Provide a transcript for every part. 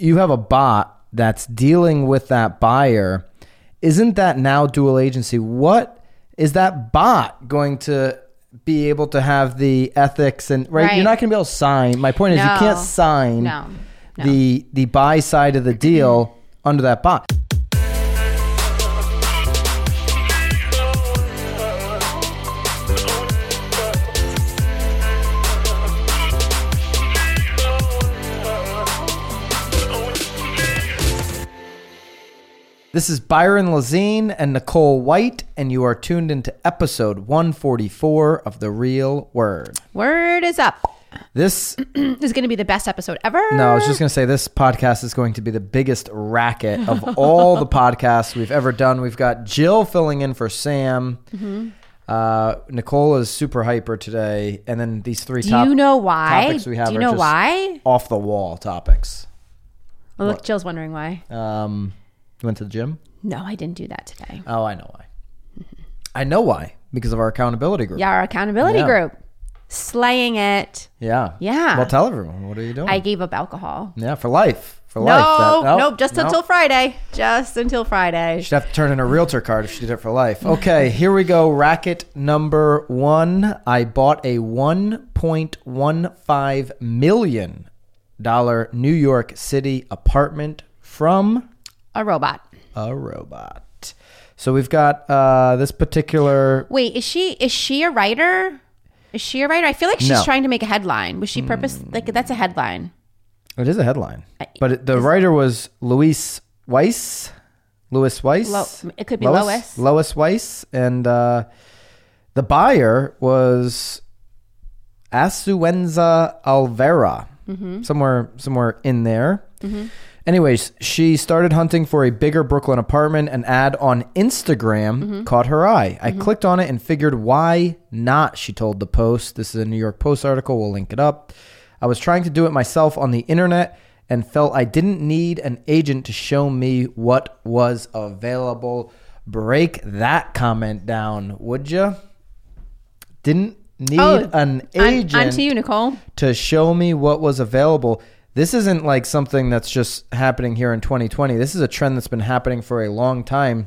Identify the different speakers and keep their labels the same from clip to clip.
Speaker 1: you have a bot that's dealing with that buyer, isn't that now dual agency? What is that bot going to be able to have the ethics and right? You're
Speaker 2: Right.
Speaker 1: not going to be able to sign. My point is, you
Speaker 2: No.
Speaker 1: can't sign
Speaker 2: No. No.
Speaker 1: the the buy side of the deal under that bot. This is Byron Lazine and Nicole White, and you are tuned into episode 144 of The Real Word.
Speaker 2: Word is up.
Speaker 1: This
Speaker 2: This is going to be the best episode ever.
Speaker 1: No, I was just going to say this podcast is going to be the biggest racket of all the podcasts we've ever done. We've got Jill filling in for Sam.
Speaker 2: Mm-hmm.
Speaker 1: Uh, Nicole is super hyper today, and then these three.
Speaker 2: Do
Speaker 1: top-
Speaker 2: you know why?
Speaker 1: Topics we have
Speaker 2: Do you
Speaker 1: are
Speaker 2: know
Speaker 1: just
Speaker 2: why?
Speaker 1: Off the wall topics.
Speaker 2: Oh, look, Jill's wondering why.
Speaker 1: Um, you went to the gym.
Speaker 2: No, I didn't do that today.
Speaker 1: Oh, I know why. I know why because of our accountability group.
Speaker 2: Yeah, our accountability
Speaker 1: Yeah.
Speaker 2: group. Slaying it.
Speaker 1: Yeah.
Speaker 2: Yeah.
Speaker 1: Well, tell everyone what are you doing?
Speaker 2: I gave up alcohol.
Speaker 1: yeah, for life. For
Speaker 2: No,
Speaker 1: life. That- oh,
Speaker 2: nope, just until Friday. Just until Friday.
Speaker 1: She'd have to turn in a realtor card if she did it for life. Okay, here we go. Racket number one. I bought a $1.15 million New York City apartment from
Speaker 2: A robot.
Speaker 1: a robot. So we've got uh, this particular.
Speaker 2: Wait, is she is she a writer? Is she a writer? I feel like she's
Speaker 1: No.
Speaker 2: trying to make a headline. Was she purpose like that's a headline?
Speaker 1: It is a headline, but it, the writer was Luis Weiss. Louis Weiss.
Speaker 2: Lo- it could be
Speaker 1: Lois.
Speaker 2: Lois.
Speaker 1: Lois Weiss, and uh, the buyer was Asuenza Alvera, somewhere somewhere in there. Anyways, she started hunting for a bigger Brooklyn apartment. An ad on Instagram caught her eye. I clicked on it and figured, why not? She told the Post. This is a New York Post article. We'll link it up. I was trying to do it myself on the internet and felt I didn't need an agent to show me what was available. Break that comment down, would you? Didn't need
Speaker 2: Oh,
Speaker 1: an
Speaker 2: On,
Speaker 1: agent
Speaker 2: on to you, Nicole.
Speaker 1: to show me what was available. This isn't like something that's just happening here in 2020. This is a trend that's been happening for a long time.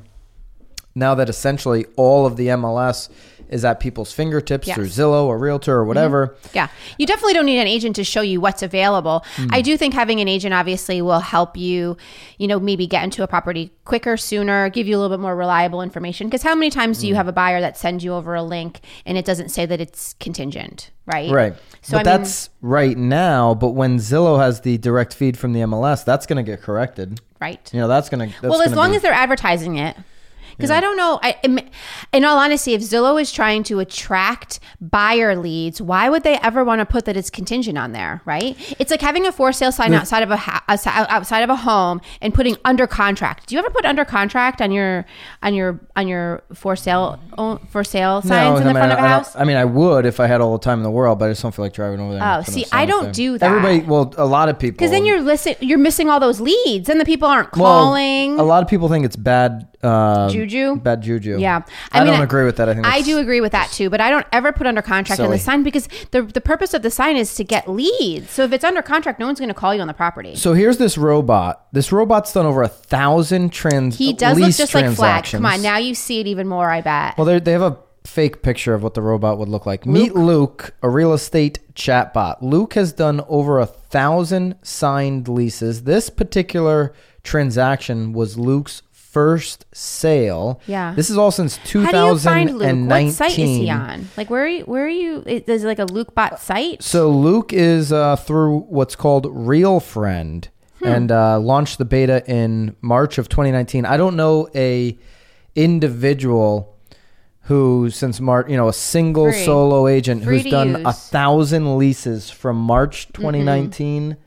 Speaker 1: Now that essentially all of the MLS is at people's fingertips
Speaker 2: Yes. Mm-hmm.
Speaker 1: through Zillow or Realtor or whatever.
Speaker 2: Yeah. You definitely don't need an agent to show you what's available.
Speaker 1: Hmm.
Speaker 2: I do think having an agent obviously will help you, you know, maybe get into a property quicker, sooner, give you a little bit more reliable information. Because how many times
Speaker 1: Hmm.
Speaker 2: do you have a buyer that sends you over a link and it doesn't say that it's contingent, right?
Speaker 1: Right.
Speaker 2: So
Speaker 1: but
Speaker 2: I mean,
Speaker 1: that's right now. But when Zillow has the direct feed from the MLS, that's going to get corrected.
Speaker 2: right.
Speaker 1: You know, that's going to.
Speaker 2: well, as long as they're advertising it. Because I don't know. I, in- in all honesty, if Zillow is trying to attract buyer leads, why would they ever want to put that it's contingent on there? Right? It's like having a for sale sign outside of a ha- outside- outside of a home and putting under contract. Do you ever put under contract on your on your on your for sale oh, for sale signs in the front
Speaker 1: I,
Speaker 2: of a
Speaker 1: I
Speaker 2: house?
Speaker 1: don't- I mean, I would if I had all the time in the world, but I just don't feel like driving over there. and
Speaker 2: Oh,
Speaker 1: putting
Speaker 2: see,
Speaker 1: a sign
Speaker 2: I
Speaker 1: up
Speaker 2: don't
Speaker 1: there.
Speaker 2: do that.
Speaker 1: Everybody, well, a lot of people.
Speaker 2: Because then you're listen, you're missing all those leads, and the people aren't
Speaker 1: Well,
Speaker 2: calling.
Speaker 1: a lot of people think it's bad uh,
Speaker 2: Juju?
Speaker 1: Bad juju.
Speaker 2: Yeah,
Speaker 1: I, don't agree with that. I think
Speaker 2: I
Speaker 1: that's-
Speaker 2: do agree with that too, but I don't ever put under contract on
Speaker 1: Silly.
Speaker 2: the sign because the the purpose of the sign is to get leads. So if it's under contract, no one's going to call you on the property.
Speaker 1: So here's this robot. This robot's done over a thousand trans.
Speaker 2: He does look
Speaker 1: lease
Speaker 2: just like Flag. Come on,
Speaker 1: transactions.
Speaker 2: now you see it even more. I bet.
Speaker 1: Well, they they have a fake picture of what the robot would look like. Meet Luke, a real estate chatbot. Luke has done over a thousand signed leases. This particular transaction was Luke's first sale.
Speaker 2: Yeah.
Speaker 1: This is all since
Speaker 2: How do you find
Speaker 1: 2019.
Speaker 2: Luke? What site is he on? Like where are you, where are you? Is is it like a Luke bot site?
Speaker 1: So Luke is uh, through what's called Real Friend
Speaker 2: Hmm.
Speaker 1: and uh, launched the beta in March of 2019. I don't know a individual who, since March, you know, a single
Speaker 2: Free.
Speaker 1: solo agent
Speaker 2: Free
Speaker 1: who's
Speaker 2: to
Speaker 1: done a
Speaker 2: use. Mm-hmm.
Speaker 1: thousand leases from March 2019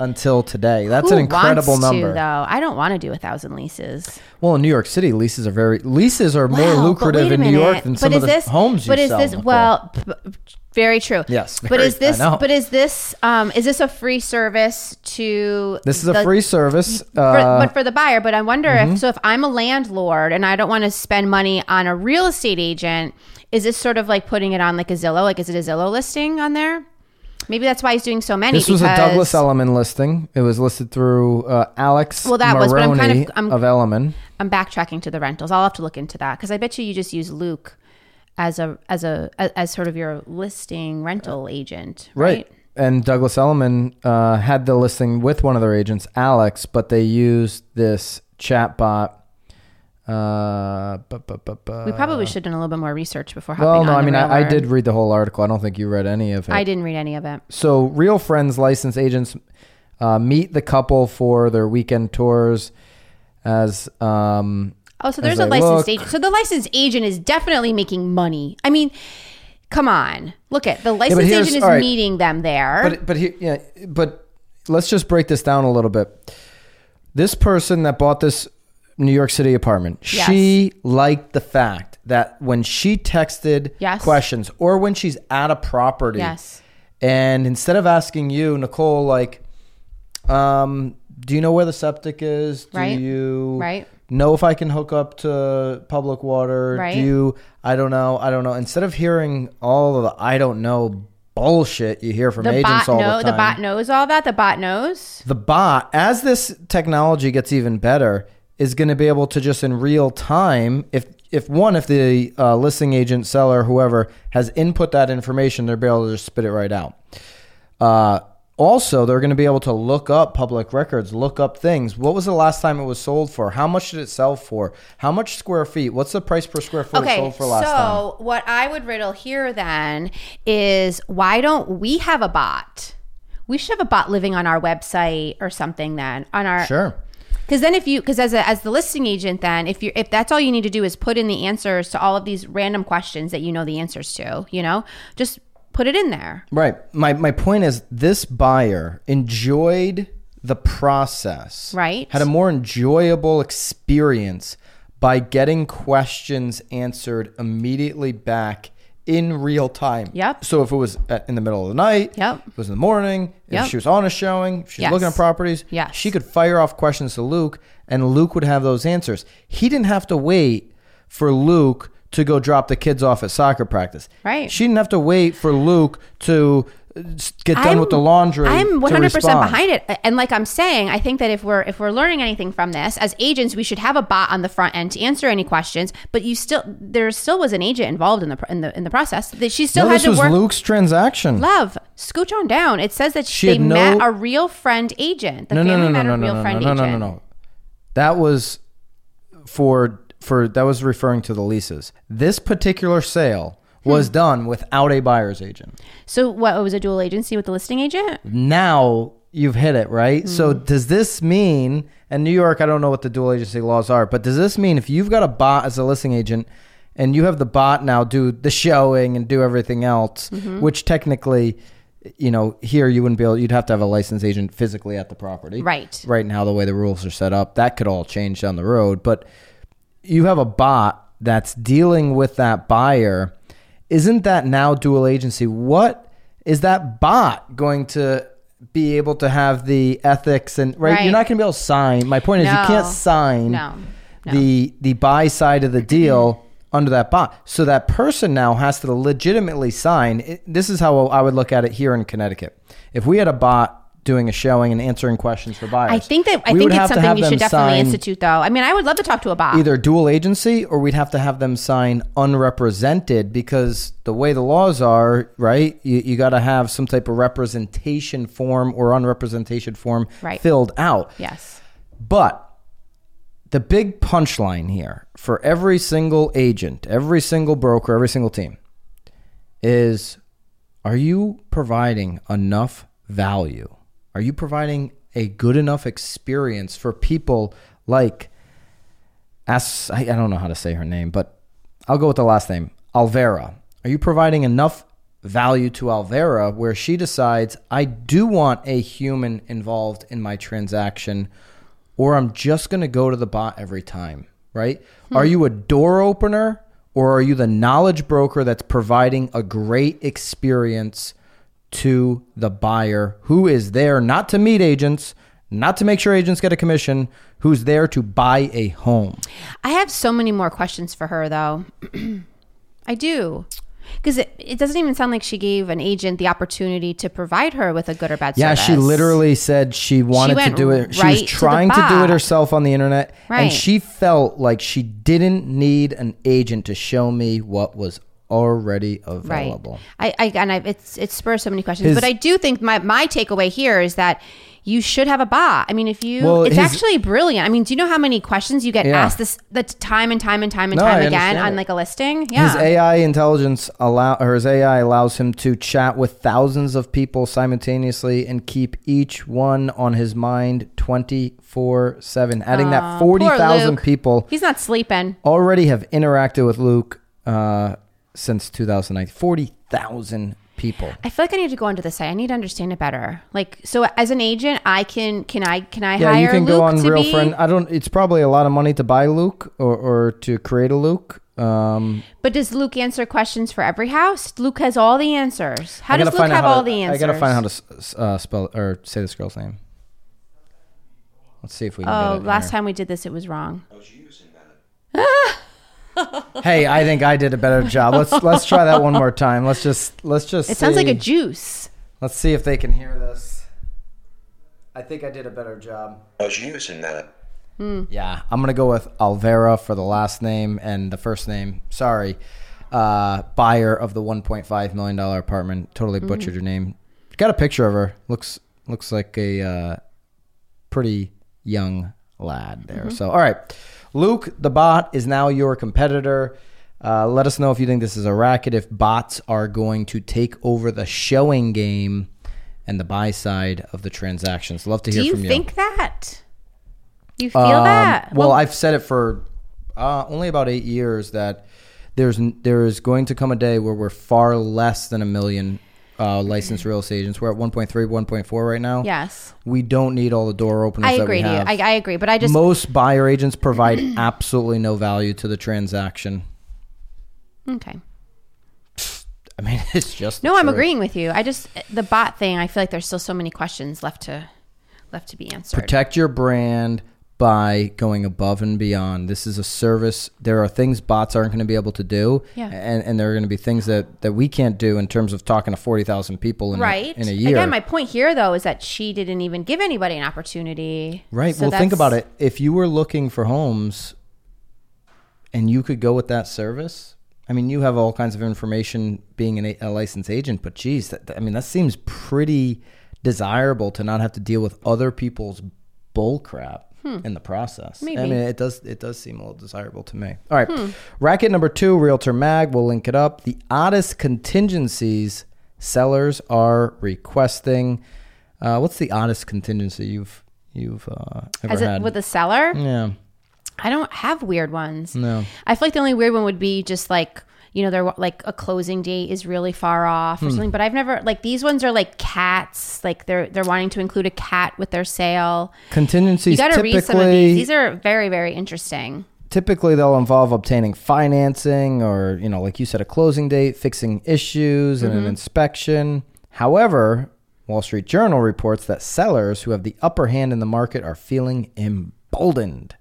Speaker 1: until today. That's
Speaker 2: Who
Speaker 1: an incredible
Speaker 2: wants to,
Speaker 1: number.
Speaker 2: though. I don't want to do a thousand leases.
Speaker 1: well, in New York City, leases are very leases are more
Speaker 2: Wow, but
Speaker 1: lucrative
Speaker 2: wait a
Speaker 1: in New York
Speaker 2: minute.
Speaker 1: than some of the homes you
Speaker 2: But is
Speaker 1: sell,
Speaker 2: this
Speaker 1: Nicole.
Speaker 2: well? p- p- Very true.
Speaker 1: Yes,
Speaker 2: but
Speaker 1: very-
Speaker 2: is this?
Speaker 1: I know.
Speaker 2: But is this? Um, is this a free service to?
Speaker 1: this is a
Speaker 2: the-
Speaker 1: free service.
Speaker 2: for,
Speaker 1: uh, Mm-hmm.
Speaker 2: but for the buyer. But I wonder if so. If I'm a landlord and I don't want to spend money on a real estate agent, is this sort of like putting it on like a Zillow? Like, is it a Zillow listing on there? Maybe that's why he's doing so many.
Speaker 1: This was a
Speaker 2: because-
Speaker 1: Douglas Elliman listing. It was listed through uh, Alex
Speaker 2: Well, that was, but I'm
Speaker 1: Maroney
Speaker 2: kind of- I'm-
Speaker 1: of Elliman.
Speaker 2: I'm backtracking to the rentals. I'll have to look into that because I bet you you just use Luke as a as a as sort of your listing rental agent, right?
Speaker 1: And Douglas Elliman uh, had the listing with one of their agents, Alex, but they used this chatbot. Uh, bu- bu- bu- bu-
Speaker 2: We probably should have done a little bit more research before hopping
Speaker 1: well, no,
Speaker 2: on
Speaker 1: I
Speaker 2: the
Speaker 1: mean, I, I
Speaker 2: railroad.
Speaker 1: did read the whole article. I don't think you read any of it.
Speaker 2: I didn't read any of it.
Speaker 1: So, Real Friends licensed agents uh, meet the couple for their weekend tours as. Um,
Speaker 2: Oh, so there's a
Speaker 1: I
Speaker 2: licensed
Speaker 1: look-
Speaker 2: agent. So the licensed agent is definitely making money. I mean, come on. Look at the licensed
Speaker 1: here's-
Speaker 2: agent is
Speaker 1: all right.
Speaker 2: meeting them there.
Speaker 1: but but here, yeah, but let's just break this down a little bit. This person that bought this New York City apartment,
Speaker 2: Yes.
Speaker 1: she liked the fact that when she texted
Speaker 2: Yes.
Speaker 1: questions or when she's at a property,
Speaker 2: Yes.
Speaker 1: and instead of asking you, Nicole, like, um, do you know where the septic is? Do
Speaker 2: Right.
Speaker 1: you
Speaker 2: Right.
Speaker 1: know if I can hook up to public water?
Speaker 2: Right.
Speaker 1: Do you? I don't know. I don't know. Instead of hearing all of the I don't know bullshit you hear from
Speaker 2: the
Speaker 1: agents
Speaker 2: bot
Speaker 1: all
Speaker 2: know
Speaker 1: the
Speaker 2: the,
Speaker 1: time,
Speaker 2: bot knows all that. The bot knows.
Speaker 1: the bot, as this technology gets even better, is going to be able to just in real time, if if one, if the uh, listing agent, seller, whoever has input that information, they're be able to just spit it right out. Uh, also, they're going to be able to look up public records, look up things. What was the last time it was sold for? How much did it sell for? How much square feet? What's the price per square foot it
Speaker 2: Okay,
Speaker 1: sold for
Speaker 2: so
Speaker 1: last time?
Speaker 2: what I would riddle here then is why don't we have a bot? We should have a bot living on our website or something then on our
Speaker 1: Sure.
Speaker 2: Because then, if you, because as a, as the listing agent, then if you if that's all you need to do is put in the answers to all of these random questions that you know the answers to, you know, just put it in there.
Speaker 1: Right. My my point is this buyer enjoyed the process.
Speaker 2: Right.
Speaker 1: Had a more enjoyable experience by getting questions answered immediately back in real time.
Speaker 2: Yep.
Speaker 1: So if it was at, in the middle of the night,
Speaker 2: Yep.
Speaker 1: if it was in the morning,
Speaker 2: Yep.
Speaker 1: if she was on a showing, if she was
Speaker 2: Yes.
Speaker 1: looking at properties,
Speaker 2: Yes.
Speaker 1: she could fire off questions to Luke and Luke would have those answers. He didn't have to wait for Luke to go drop the kids off at soccer practice.
Speaker 2: Right.
Speaker 1: She didn't have to wait for Luke to uh, s- get done with the laundry.
Speaker 2: I'm
Speaker 1: to
Speaker 2: 100 percent
Speaker 1: respond.
Speaker 2: behind it, and like I'm saying, I think that if we're if we're learning anything from this as agents, we should have a bot on the front end to answer any questions. But you still, there still was an agent involved in the pr- in the in the process that she still
Speaker 1: No,
Speaker 2: had
Speaker 1: this
Speaker 2: to
Speaker 1: was
Speaker 2: work.
Speaker 1: Luke's transaction.
Speaker 2: Love, scooch on down. It says that
Speaker 1: She
Speaker 2: they
Speaker 1: had no-
Speaker 2: met a real friend agent. The
Speaker 1: no, no,
Speaker 2: family
Speaker 1: no, no,
Speaker 2: met
Speaker 1: no,
Speaker 2: a
Speaker 1: no,
Speaker 2: real
Speaker 1: no, no,
Speaker 2: friend
Speaker 1: no, no, no,
Speaker 2: agent.
Speaker 1: no. That was for for that was referring to the leases. This particular sale was
Speaker 2: Hmm.
Speaker 1: done without a buyer's agent.
Speaker 2: So what it was a dual agency with the listing agent?
Speaker 1: Now you've hit it right. So does this mean? And New York, I don't know what the dual agency laws are, but does this mean if you've got a bot as a listing agent? And you have the bot now do the showing and do everything else, which technically, you know, here you wouldn't be able. You'd have to have a licensed agent physically at the property,
Speaker 2: Right.
Speaker 1: Right now, the way the rules are set up, that could all change down the road. But you have a bot that's dealing with that buyer. Isn't that now dual agency? What is that bot going to be able to have the ethics and right?
Speaker 2: Right.
Speaker 1: You're not going to be able to sign. My point is, you can't
Speaker 2: No.
Speaker 1: sign
Speaker 2: No.
Speaker 1: the the buy side of the deal under that bot. So that person now has to legitimately sign. It- This is how I would look at it here in Connecticut. If we had a bot doing a showing and answering questions for buyers,
Speaker 2: I think that I
Speaker 1: we would
Speaker 2: think it's
Speaker 1: have to
Speaker 2: something
Speaker 1: have
Speaker 2: you
Speaker 1: them
Speaker 2: should definitely
Speaker 1: sign
Speaker 2: institute, though. I mean, I would love to talk to a bot.
Speaker 1: either dual agency or we'd have to have them sign unrepresented because the way the laws are, right? You, you got to have some type of representation form or unrepresentation form
Speaker 2: Right.
Speaker 1: filled out.
Speaker 2: Yes,
Speaker 1: But the big punchline here for every single agent, every single broker, every single team is are you providing enough value? Are you providing a good enough experience for people like as I, I don't know how to say her name, but I'll go with the last name, Alvera. Are you providing enough value to Alvera where she decides I do want a human involved in my transaction, or I'm just going to go to the bot every time? Right? Are you a door opener, or are you the knowledge broker that's providing a great experience to the buyer who is there not to meet agents? Not to make sure agents get a commission, who's there to buy a home.
Speaker 2: I have so many more questions for her, though. I do. Because it, it doesn't even sound like she gave an agent the opportunity to provide her with a good or bad
Speaker 1: Yeah,
Speaker 2: service.
Speaker 1: she literally said she wanted to
Speaker 2: went
Speaker 1: do it. She
Speaker 2: right
Speaker 1: was
Speaker 2: to the
Speaker 1: trying to, do it
Speaker 2: bot.
Speaker 1: herself on the internet.
Speaker 2: Right.
Speaker 1: And she felt like she didn't need an agent to show me what was already
Speaker 2: right.
Speaker 1: available.
Speaker 2: I, I and I, it's it spurs so many questions,
Speaker 1: His-
Speaker 2: but I do think my my takeaway here is that you should have a bot. I mean, if you,
Speaker 1: Well,
Speaker 2: it's
Speaker 1: his-
Speaker 2: actually brilliant. I mean, do you know how many questions you get
Speaker 1: Yeah.
Speaker 2: asked this the t- time and time and time and
Speaker 1: No, I
Speaker 2: time again
Speaker 1: understand
Speaker 2: on
Speaker 1: it.
Speaker 2: like a listing? Yeah,
Speaker 1: His AI intelligence allow or his AI allows him to chat with thousands of people simultaneously and keep each one on his mind 24/7, adding that
Speaker 2: Aw, poor
Speaker 1: 40,000
Speaker 2: Luke.
Speaker 1: people
Speaker 2: he's not sleeping.
Speaker 1: already have interacted with Luke uh, since 2009. 40,000 people.
Speaker 2: I feel like I need to go onto the site. I need to understand it better. Like, so as an agent, I can can I can I
Speaker 1: Yeah,
Speaker 2: hire
Speaker 1: you can
Speaker 2: Luke
Speaker 1: go on
Speaker 2: to
Speaker 1: Real
Speaker 2: be?
Speaker 1: Friend. I don't. It's probably a lot of money to buy Luke or, or to create a Luke. Um,
Speaker 2: But does Luke answer questions for every house? Luke has all the answers. How
Speaker 1: I
Speaker 2: does
Speaker 1: gotta
Speaker 2: Luke
Speaker 1: find out
Speaker 2: have
Speaker 1: how to-
Speaker 2: all the answers?
Speaker 1: I gotta find out how to s- s- uh, spell or say this girl's name. Let's see if we can
Speaker 2: Oh,
Speaker 1: get it.
Speaker 2: last time we did this, it was wrong.
Speaker 1: time. Hey, I think I did a better job. Let's let's try that one more time. Let's just let's just.
Speaker 2: It sounds like a
Speaker 1: see.
Speaker 2: juice.
Speaker 1: Let's see if they can hear this. I think I did a better job.
Speaker 3: I was using that.
Speaker 2: Mm-hmm.
Speaker 1: Yeah, I'm gonna go with Alvera for the last name and the first name. Sorry, uh, buyer of the 1.5 million dollar apartment. Totally
Speaker 2: Mm-hmm.
Speaker 1: butchered your name. Got a picture of her. Looks looks like a uh, pretty young lad
Speaker 2: Mm-hmm.
Speaker 1: there. So all right, Luke the bot is now your competitor. Uh, let us know if you think this is a racket. If bots are going to take over the showing game and the buy side of the transactions, love to hear
Speaker 2: Do you
Speaker 1: from you.
Speaker 2: think that? You feel
Speaker 1: Um,
Speaker 2: that?
Speaker 1: Well, I've said it for uh, only about eight years that there's there is going to come a day where we're far less than a million uh, licensed real estate agents. We're at 1.3, 1.4 right now.
Speaker 2: yes,
Speaker 1: We don't need all the door openers
Speaker 2: I
Speaker 1: that
Speaker 2: agree
Speaker 1: we
Speaker 2: to you.
Speaker 1: have.
Speaker 2: I, I agree, but I just
Speaker 1: Most buyer agents provide absolutely no value to the transaction.
Speaker 2: okay.
Speaker 1: I mean, it's just the
Speaker 2: No, I'm
Speaker 1: truth.
Speaker 2: agreeing with you. I just the bot thing. I feel like there's still so many questions left to left to be answered.
Speaker 1: protect your brand by going above and beyond. This is a service. There are things bots aren't going to be able to do,
Speaker 2: Yeah.
Speaker 1: and, and there are going to be things that, that we can't do in terms of talking to forty thousand people in, a-
Speaker 2: right
Speaker 1: in a year.
Speaker 2: Again, my point here though is that she didn't even give anybody an opportunity.
Speaker 1: right.
Speaker 2: So
Speaker 1: well, think
Speaker 2: that's-
Speaker 1: about it. If you were looking for homes, and you could go with that service. I mean, you have all kinds of information being an, a- a licensed agent, but geez, that, I mean, that seems pretty desirable to not have to deal with other people's bull crap in the process.
Speaker 2: Hmm. Maybe. Hmm.
Speaker 1: I mean, it does it does seem a little desirable to me. All right, racket number two, Realtor Mag. We'll link it up. The oddest contingencies sellers are requesting. Uh, what's the oddest contingency you've you've uh, ever
Speaker 2: As a,
Speaker 1: had?
Speaker 2: with a seller,
Speaker 1: yeah,
Speaker 2: I don't have weird ones.
Speaker 1: no.
Speaker 2: I feel like the only weird one would be just like you know they're like a closing date is really far off
Speaker 1: Hmm.
Speaker 2: or something. But I've never like these ones are like cats. Like they're they're wanting to include a cat with their sale.
Speaker 1: Contingencies
Speaker 2: You got to
Speaker 1: typically
Speaker 2: read some of these. These are very very interesting.
Speaker 1: typically they'll involve obtaining financing or you know like you said a closing date fixing issues and
Speaker 2: Mm-hmm.
Speaker 1: an inspection however wall street journal reports that sellers who have the upper hand in the market are feeling emboldened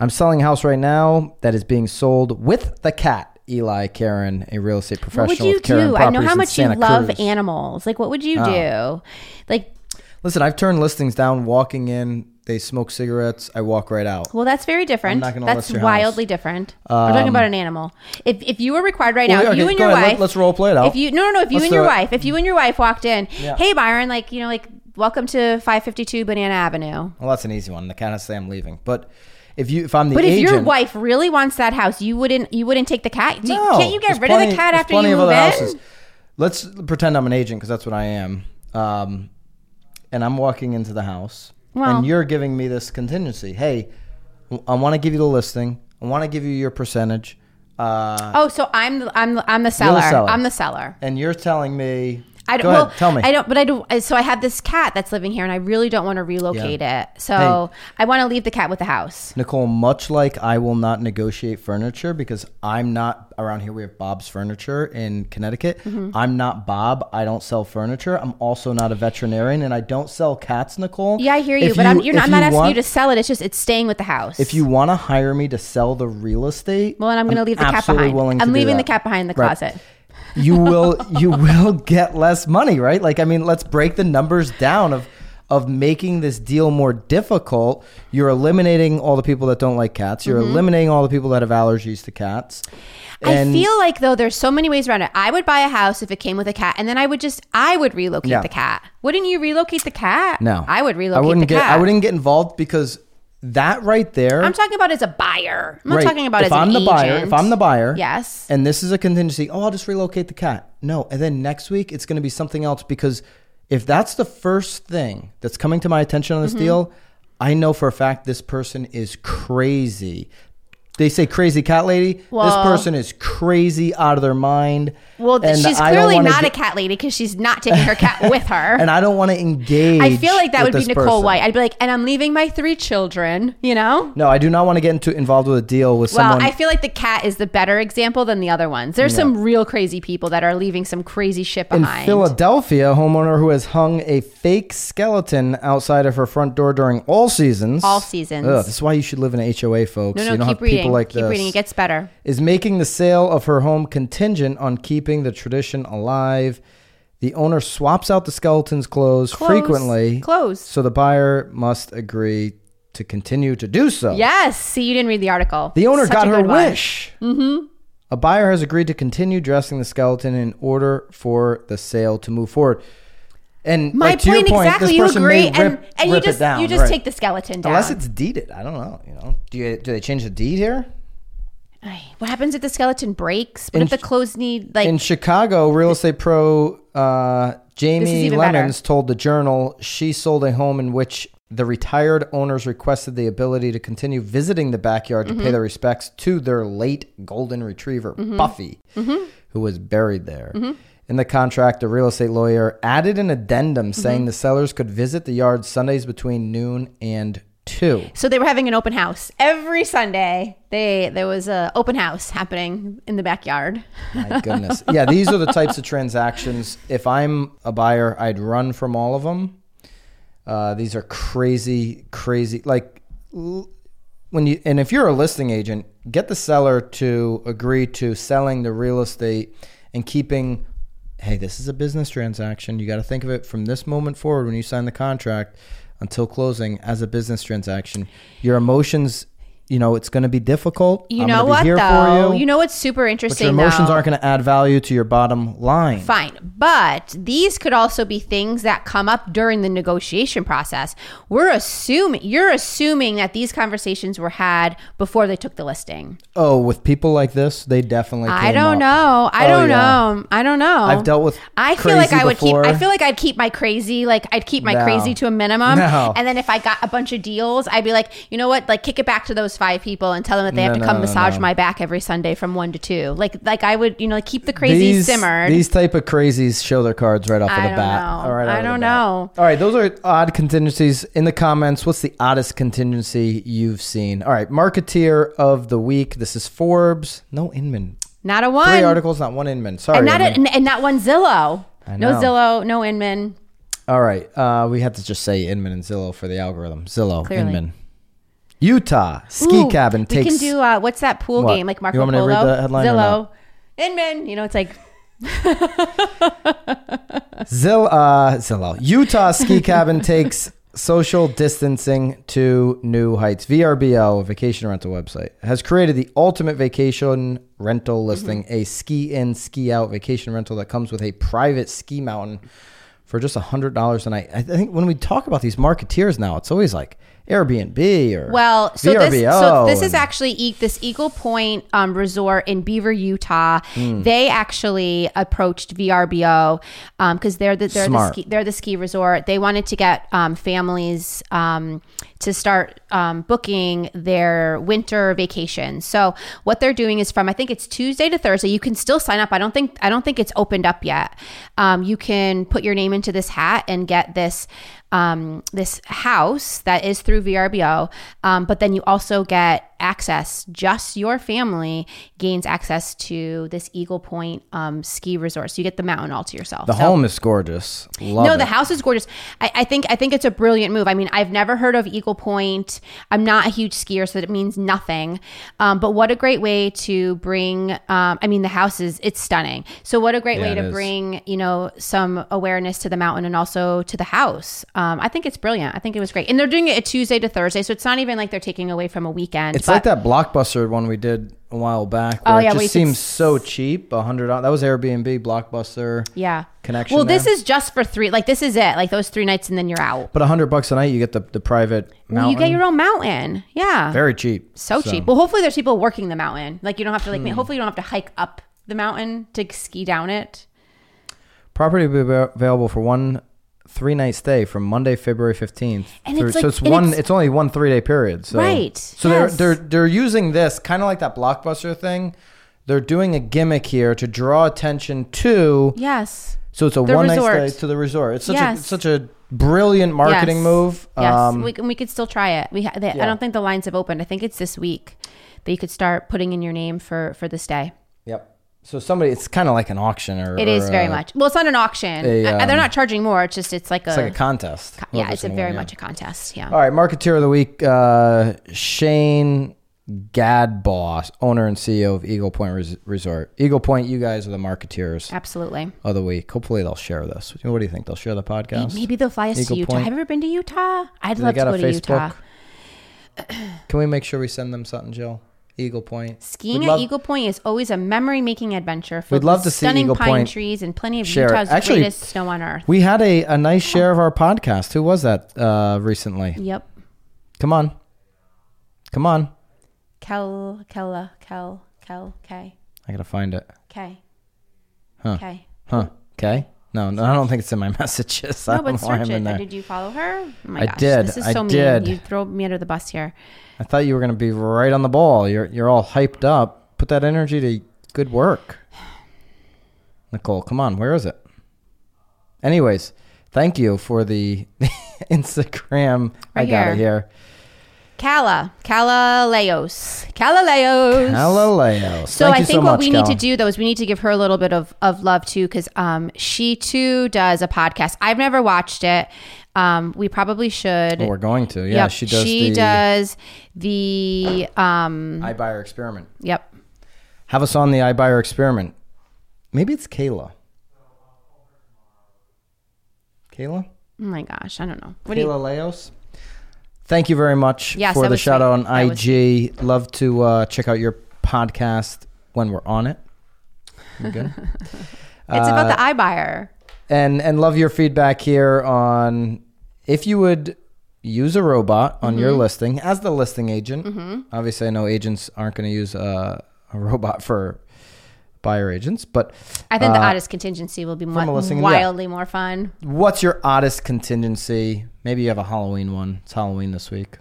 Speaker 1: i'm selling a house right now that is being sold with the cat eli karen a real estate
Speaker 2: What
Speaker 1: professional
Speaker 2: would you
Speaker 1: with Karen
Speaker 2: do? I know
Speaker 1: Properties
Speaker 2: how
Speaker 1: in
Speaker 2: much you
Speaker 1: Santa
Speaker 2: love
Speaker 1: Cruz. Ah.
Speaker 2: animals. Like what would you do? Like
Speaker 1: listen i've turned listings down walking in they smoke cigarettes i walk right out
Speaker 2: well, that's very different.
Speaker 1: not gonna
Speaker 2: That's
Speaker 1: list your Um,
Speaker 2: wildly different. We're talking about an animal. If, if you were required right now,
Speaker 1: Well, Oh, yeah,
Speaker 2: if you
Speaker 1: okay,
Speaker 2: and
Speaker 1: go
Speaker 2: your
Speaker 1: ahead. Let-
Speaker 2: wife,
Speaker 1: let's role play it out.
Speaker 2: If you no no no, if you
Speaker 1: Let's
Speaker 2: and
Speaker 1: do
Speaker 2: your
Speaker 1: it.
Speaker 2: wife, if you and your wife walked in, hey Byron, like you know, like welcome to five fifty two Banana Avenue.
Speaker 1: well that's an easy one the cat has to say i'm leaving but if you if i'm the
Speaker 2: But if
Speaker 1: agent,
Speaker 2: your wife really wants that house, you wouldn't you wouldn't take the cat. Do you-
Speaker 1: No,
Speaker 2: can't you
Speaker 1: there's
Speaker 2: get rid of
Speaker 1: plenty-
Speaker 2: the cat
Speaker 1: there's
Speaker 2: after you move in?
Speaker 1: Let's pretend I'm an agent because that's what I am. Um, and I'm walking into the house,
Speaker 2: Well-
Speaker 1: and you're giving me this contingency. Hey, I want to give you the listing. I want to give you your percentage. Uh,
Speaker 2: Oh, so I'm the, I'm the, I'm the seller.
Speaker 1: seller.
Speaker 2: I'm the seller.
Speaker 1: And you're telling me.
Speaker 2: I don't,
Speaker 1: go ahead,
Speaker 2: well,
Speaker 1: tell me.
Speaker 2: I don't, but I don't. So I have this cat that's living here, and I really don't want to relocate
Speaker 1: Yeah.
Speaker 2: it. So I want to leave the cat with the house.
Speaker 1: Nicole, much like I will not negotiate furniture because I'm not around here. We have Bob's Furniture in Connecticut.
Speaker 2: Mm-hmm.
Speaker 1: I'm not Bob. I don't sell furniture. I'm also not a veterinarian, and I don't sell cats. Nicole.
Speaker 2: Yeah, I hear you,
Speaker 1: If
Speaker 2: but I'm, you're
Speaker 1: if
Speaker 2: not, I'm not asking
Speaker 1: want-
Speaker 2: you to sell it. It's just it's staying with the house.
Speaker 1: If you want to hire me to sell the real estate,
Speaker 2: well, and I'm going to leave the cat
Speaker 1: absolutely
Speaker 2: behind.
Speaker 1: willing to
Speaker 2: I'm
Speaker 1: do
Speaker 2: leaving
Speaker 1: that.
Speaker 2: the cat behind in the
Speaker 1: Right.
Speaker 2: closet.
Speaker 1: you will you will get less money, right? Like I mean, let's break the numbers down of of making this deal more difficult. You're eliminating all the people that don't like cats. You're eliminating all the people that have allergies to cats.
Speaker 2: Mm-hmm. I feel like though there's so many ways around it. I would buy a house if it came with a cat, and then I would just I would relocate
Speaker 1: Yeah.
Speaker 2: the cat. Wouldn't you relocate the cat?
Speaker 1: no,
Speaker 2: I would relocate
Speaker 1: I wouldn't
Speaker 2: the
Speaker 1: get.
Speaker 2: cat.
Speaker 1: I wouldn't get involved because that right there.
Speaker 2: I'm talking about as a buyer. I'm not
Speaker 1: Right.
Speaker 2: talking about
Speaker 1: if
Speaker 2: as
Speaker 1: I'm
Speaker 2: an
Speaker 1: the
Speaker 2: agent.
Speaker 1: buyer. If I'm the buyer,
Speaker 2: Yes.
Speaker 1: And this is a contingency. Oh, I'll just relocate the cat. No, and then next week it's going to be something else because if that's the first thing that's coming to my attention on
Speaker 2: Mm-hmm.
Speaker 1: this deal, I know for a fact this person is crazy. They say crazy cat lady. this
Speaker 2: Well-
Speaker 1: person is crazy out of their mind.
Speaker 2: Well, th-
Speaker 1: and
Speaker 2: she's
Speaker 1: I don't
Speaker 2: clearly
Speaker 1: wanna
Speaker 2: not
Speaker 1: get-
Speaker 2: a cat lady because she's not taking her cat with her.
Speaker 1: And I don't want to engage.
Speaker 2: I feel like that
Speaker 1: with
Speaker 2: would be
Speaker 1: this
Speaker 2: Nicole
Speaker 1: person.
Speaker 2: White. I'd be like, and I'm leaving my three children, you know?
Speaker 1: No, I do not want to get into involved with a deal with
Speaker 2: Well,
Speaker 1: someone.
Speaker 2: I feel like the cat is the better example than the other ones. There's some real crazy people that are leaving some crazy shit
Speaker 1: In
Speaker 2: behind.
Speaker 1: Philadelphia, a homeowner who has hung a fake skeleton outside of her front door during all seasons.
Speaker 2: All seasons.
Speaker 1: Ugh, this is why you should live in an HOA, folks.
Speaker 2: no,
Speaker 1: you
Speaker 2: no,
Speaker 1: don't
Speaker 2: keep
Speaker 1: have
Speaker 2: reading.
Speaker 1: people like
Speaker 2: keep
Speaker 1: this.
Speaker 2: reading. It gets better.
Speaker 1: is making the sale of her home contingent on keeping the tradition alive. The owner swaps out the skeleton's clothes,
Speaker 2: Close.
Speaker 1: frequently,
Speaker 2: Close.
Speaker 1: so the buyer must agree to continue to do so.
Speaker 2: Yes. See, you didn't read the article.
Speaker 1: The owner
Speaker 2: Such
Speaker 1: got
Speaker 2: a
Speaker 1: her
Speaker 2: good one.
Speaker 1: wish. Mm-hmm. A buyer has agreed to continue dressing the skeleton in order for the sale to move forward. And
Speaker 2: My
Speaker 1: like, to your
Speaker 2: point,
Speaker 1: point,
Speaker 2: exactly.
Speaker 1: This
Speaker 2: You
Speaker 1: person may
Speaker 2: agree,
Speaker 1: rip,
Speaker 2: and, and you
Speaker 1: rip
Speaker 2: just
Speaker 1: it down,
Speaker 2: you just
Speaker 1: right.
Speaker 2: take the skeleton down.
Speaker 1: unless it's deeded. I don't know. You know, do you, do they change the deed here?
Speaker 2: Ay, what happens if the skeleton breaks? What
Speaker 1: In-
Speaker 2: if the clothes need like?
Speaker 1: In Chicago, real estate pro uh, Jamie
Speaker 2: even
Speaker 1: Lemons told the Journal she sold a home in which the retired owners requested the ability to continue visiting the backyard
Speaker 2: Mm-hmm.
Speaker 1: to pay their respects to their late golden retriever, Buffy,
Speaker 2: Mm-hmm.
Speaker 1: who was buried there. In the contract, the real estate lawyer added an addendum saying
Speaker 2: Mm-hmm.
Speaker 1: the sellers could visit the yard Sundays between noon and 2.
Speaker 2: so they were having an open house every Sunday. They there was a open house happening in the backyard.
Speaker 1: My goodness. Yeah, these are the types of transactions. If I'm a buyer, I'd run from all of them. Uh, these are crazy, crazy. Like l- when you and if you're a listing agent, get the seller to agree to selling the real estate and keeping. Hey, this is a business transaction. You got to think of it from this moment forward when you sign the contract until closing as a business transaction. Your emotions, you know, it's going to be difficult.
Speaker 2: You
Speaker 1: I'm gonna
Speaker 2: know
Speaker 1: be
Speaker 2: what
Speaker 1: here for
Speaker 2: though? You. know what's super
Speaker 1: but your
Speaker 2: interesting.
Speaker 1: emotions
Speaker 2: though?
Speaker 1: aren't going to add value to your bottom line.
Speaker 2: Fine. But these could also be things that come up during the negotiation process. We're assuming you're assuming that these conversations were had before they took the listing.
Speaker 1: Oh, with people like this, they definitely.
Speaker 2: I
Speaker 1: came
Speaker 2: don't
Speaker 1: up.
Speaker 2: know. I
Speaker 1: Oh,
Speaker 2: don't
Speaker 1: yeah.
Speaker 2: know. I don't know.
Speaker 1: I've dealt with
Speaker 2: I feel like
Speaker 1: crazy
Speaker 2: I would
Speaker 1: before.
Speaker 2: keep. I feel like I'd keep my crazy. Like I'd keep my
Speaker 1: No.
Speaker 2: crazy to a minimum.
Speaker 1: No.
Speaker 2: And then if I got a bunch of deals, I'd be like, you know what? Like kick it back to those five people and tell them that they
Speaker 1: No,
Speaker 2: have to
Speaker 1: no,
Speaker 2: come
Speaker 1: no,
Speaker 2: massage
Speaker 1: no.
Speaker 2: my back every Sunday from one to two. Like like I would, you know, like, keep the crazy simmered.
Speaker 1: These type of crazies show their cards right off of
Speaker 2: I
Speaker 1: the
Speaker 2: don't
Speaker 1: bat.
Speaker 2: know.
Speaker 1: All right,
Speaker 2: I
Speaker 1: out of the bat.
Speaker 2: don't know.
Speaker 1: All right, those are odd contingencies in the comments. What's the oddest contingency you've seen? All right, marketeer of the week. This is Forbes. No Inman.
Speaker 2: not a one.
Speaker 1: Three articles, not one Inman. Sorry.
Speaker 2: and not
Speaker 1: Inman.
Speaker 2: a, and not one Zillow. No
Speaker 1: know.
Speaker 2: Zillow. No Inman.
Speaker 1: All right. Uh, we had to just say Inman and Zillow for the algorithm. Zillow,
Speaker 2: Clearly.
Speaker 1: Inman. Utah, ski
Speaker 2: Ooh,
Speaker 1: cabin takes.
Speaker 2: We can do uh, what's that pool
Speaker 1: What?
Speaker 2: game like Marco
Speaker 1: You want me to
Speaker 2: Polo?
Speaker 1: read the headline or
Speaker 2: Zillow.
Speaker 1: not?
Speaker 2: Inman. You know, it's like
Speaker 1: Zill, uh, Zillow. Utah ski cabin takes social distancing to new heights. VRBO, a vacation rental website, has created the ultimate vacation rental
Speaker 2: Mm-hmm.
Speaker 1: listing, a ski in, ski out vacation rental that comes with a private ski mountain for just $100 a night. I think when we talk about these marketeers now, it's always like Airbnb or
Speaker 2: Well, so this so
Speaker 1: VRBO
Speaker 2: this
Speaker 1: and-
Speaker 2: is actually e- this Eagle Point um, Resort in Beaver, Utah.
Speaker 1: Hmm.
Speaker 2: They actually approached VRBO because um, they're the they're
Speaker 1: Smart.
Speaker 2: the ski, they're the ski resort. They wanted to get um, families um, to start um, booking their winter vacation. So what they're doing is from I think it's Tuesday to Thursday. You can still sign up. I don't think I don't think it's opened up yet. Um, you can put your name into this hat and get this um, this house that is through VRBO, um, but then you also get access. Just your family gains access to this Eagle Point um, ski resort, so you get the mountain all to yourself.
Speaker 1: The
Speaker 2: So-
Speaker 1: home is gorgeous. Love
Speaker 2: no,
Speaker 1: it.
Speaker 2: the house is gorgeous. I, I think I think it's a brilliant move. I mean, I've never heard of Eagle Point. I'm not a huge skier, so it means nothing. Um, but what a great way to bring. Um, I mean, the house is it's stunning. So what a great
Speaker 1: Yeah,
Speaker 2: way
Speaker 1: it
Speaker 2: to
Speaker 1: is.
Speaker 2: bring you know some awareness to the mountain and also to the house. Um, I think it's brilliant. I think it was great, and they're doing it a Tuesday to Thursday, so it's not even like they're taking away from a weekend.
Speaker 1: It's like that blockbuster one we did a while back. Where
Speaker 2: Oh,
Speaker 1: it
Speaker 2: yeah,
Speaker 1: just
Speaker 2: where you could
Speaker 1: seems
Speaker 2: s-
Speaker 1: so cheap. A hundred. dollars. That was Airbnb blockbuster.
Speaker 2: Yeah.
Speaker 1: Connection
Speaker 2: Well, this
Speaker 1: there.
Speaker 2: is just for three. Like this is it. Like those three nights, and then you're out.
Speaker 1: But a hundred bucks a night, you get the the private mountain.
Speaker 2: You get your own mountain. Yeah.
Speaker 1: very cheap.
Speaker 2: so, cheap. Well, hopefully there's people working the mountain. Like you don't have to like.
Speaker 1: Hmm.
Speaker 2: Hopefully you don't have to hike up the mountain to ski down it.
Speaker 1: Property will be av- available for one three night stay from Monday, February fifteenth.
Speaker 2: And it's
Speaker 1: so
Speaker 2: like-
Speaker 1: it's
Speaker 2: and
Speaker 1: one. It's,
Speaker 2: it's-
Speaker 1: only one three day period. So,
Speaker 2: Right,
Speaker 1: So
Speaker 2: yes.
Speaker 1: they're they're they're using this kind of like that blockbuster thing. They're doing a gimmick here to draw attention to.
Speaker 2: Yes.
Speaker 1: So it's a
Speaker 2: The
Speaker 1: one night
Speaker 2: resort.
Speaker 1: stay to the resort. It's such
Speaker 2: Yes.
Speaker 1: a it's such a brilliant marketing
Speaker 2: yes.
Speaker 1: move.
Speaker 2: Yes.
Speaker 1: Um,
Speaker 2: we can, we could still try it. We ha- they,
Speaker 1: Yeah.
Speaker 2: I don't think the lines have opened. I think it's this week that you could start putting in your name for for this day.
Speaker 1: Yep. So somebody, it's kind of like an auction, or
Speaker 2: It is
Speaker 1: or,
Speaker 2: very
Speaker 1: uh,
Speaker 2: much. Well, it's not an auction.
Speaker 1: a,
Speaker 2: I-
Speaker 1: um,
Speaker 2: they're not charging more. It's just it's like
Speaker 1: It's
Speaker 2: a,
Speaker 1: like a contest.
Speaker 2: yeah. It's a very
Speaker 1: Yeah.
Speaker 2: much a contest. Yeah.
Speaker 1: All right, marketeer of the week, uh, Shane Gadboss, owner and CEO of Eagle Point Res- Resort. Eagle Point, you guys are the marketeers
Speaker 2: Absolutely.
Speaker 1: of the week. Hopefully, they'll share this. What do you think? They'll share the podcast.
Speaker 2: Maybe they'll fly us
Speaker 1: Eagle
Speaker 2: to Utah.
Speaker 1: Point.
Speaker 2: Have you ever been to Utah? I'd
Speaker 1: Do
Speaker 2: love to go to Utah.
Speaker 1: Can we make sure we send them something, Jill? Eagle Point.
Speaker 2: Skiing
Speaker 1: We'd
Speaker 2: at
Speaker 1: love-
Speaker 2: Eagle Point is always a memory-making adventure. filled
Speaker 1: love
Speaker 2: with
Speaker 1: to see
Speaker 2: stunning
Speaker 1: Eagle
Speaker 2: pine
Speaker 1: Point.
Speaker 2: trees and plenty of
Speaker 1: Share it.
Speaker 2: Utah's
Speaker 1: Actually-
Speaker 2: greatest snow on earth.
Speaker 1: We had a, a nice share of our podcast. Who was that uh, recently?
Speaker 2: Yep,
Speaker 1: Come on. Come on.
Speaker 2: Kel, Kella, Kel, Kel, K,
Speaker 1: I got to find it.
Speaker 2: K,
Speaker 1: Huh.
Speaker 2: K.
Speaker 1: Huh. Okay. No, no, I don't think it's in my messages. I
Speaker 2: No,
Speaker 1: don't know
Speaker 2: but
Speaker 1: why
Speaker 2: search
Speaker 1: I'm in
Speaker 2: it.
Speaker 1: there.
Speaker 2: Did you follow her? Oh my
Speaker 1: I
Speaker 2: gosh,
Speaker 1: did.
Speaker 2: This is
Speaker 1: I
Speaker 2: so
Speaker 1: did.
Speaker 2: mean. You throw me under the bus here.
Speaker 1: I thought you were going to be right on the ball. You're you're all hyped up. Put that energy to good work. Nicole, come on. Where is it? Anyways, thank you for the Instagram. I
Speaker 2: Right
Speaker 1: got it here.
Speaker 2: Kala, Kalaleos, Kalaleos.
Speaker 1: Galileo.
Speaker 2: So
Speaker 1: thank
Speaker 2: I
Speaker 1: you
Speaker 2: think
Speaker 1: so
Speaker 2: what
Speaker 1: much,
Speaker 2: we
Speaker 1: Gal.
Speaker 2: need to do though is we need to give her a little bit of, of love too, because um, she too does a podcast. I've never watched it. Um, we probably should.
Speaker 1: Well, we're going to. Yeah,
Speaker 2: Yep.
Speaker 1: she does
Speaker 2: She
Speaker 1: the
Speaker 2: does the um.
Speaker 1: I buyer experiment.
Speaker 2: Yep.
Speaker 1: Have us on the I buyer experiment. Maybe it's Kayla. Kayla?
Speaker 2: Oh my gosh, I don't know. What do you?
Speaker 1: Kayla Leos. Thank you very much
Speaker 2: Yes,
Speaker 1: for
Speaker 2: that
Speaker 1: the
Speaker 2: was
Speaker 1: shout out
Speaker 2: sweet.
Speaker 1: on
Speaker 2: That was
Speaker 1: IG. Love to uh, check out your podcast when we're on it. You good?
Speaker 2: It's about
Speaker 1: Uh,
Speaker 2: the iBuyer.
Speaker 1: and and love your feedback here on if you would use a robot on
Speaker 2: Mm-hmm.
Speaker 1: your listing as the listing agent. Obviously, I know agents aren't going to use uh, a robot for buyer agents, but
Speaker 2: I think the oddest contingency will be
Speaker 1: uh, a
Speaker 2: mo-
Speaker 1: listening-
Speaker 2: wildly more fun.
Speaker 1: what's your oddest contingency? Maybe you have a Halloween one. It's Halloween this week.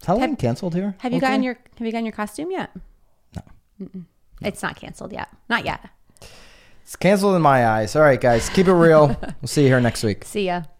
Speaker 1: Is Halloween canceled here?
Speaker 2: Have you
Speaker 1: Okay.
Speaker 2: gotten your Have you gotten your costume yet? No. It's not canceled yet. Not yet.
Speaker 1: It's canceled in my eyes. All right, guys, keep it real. we'll see you here next week.
Speaker 2: See ya.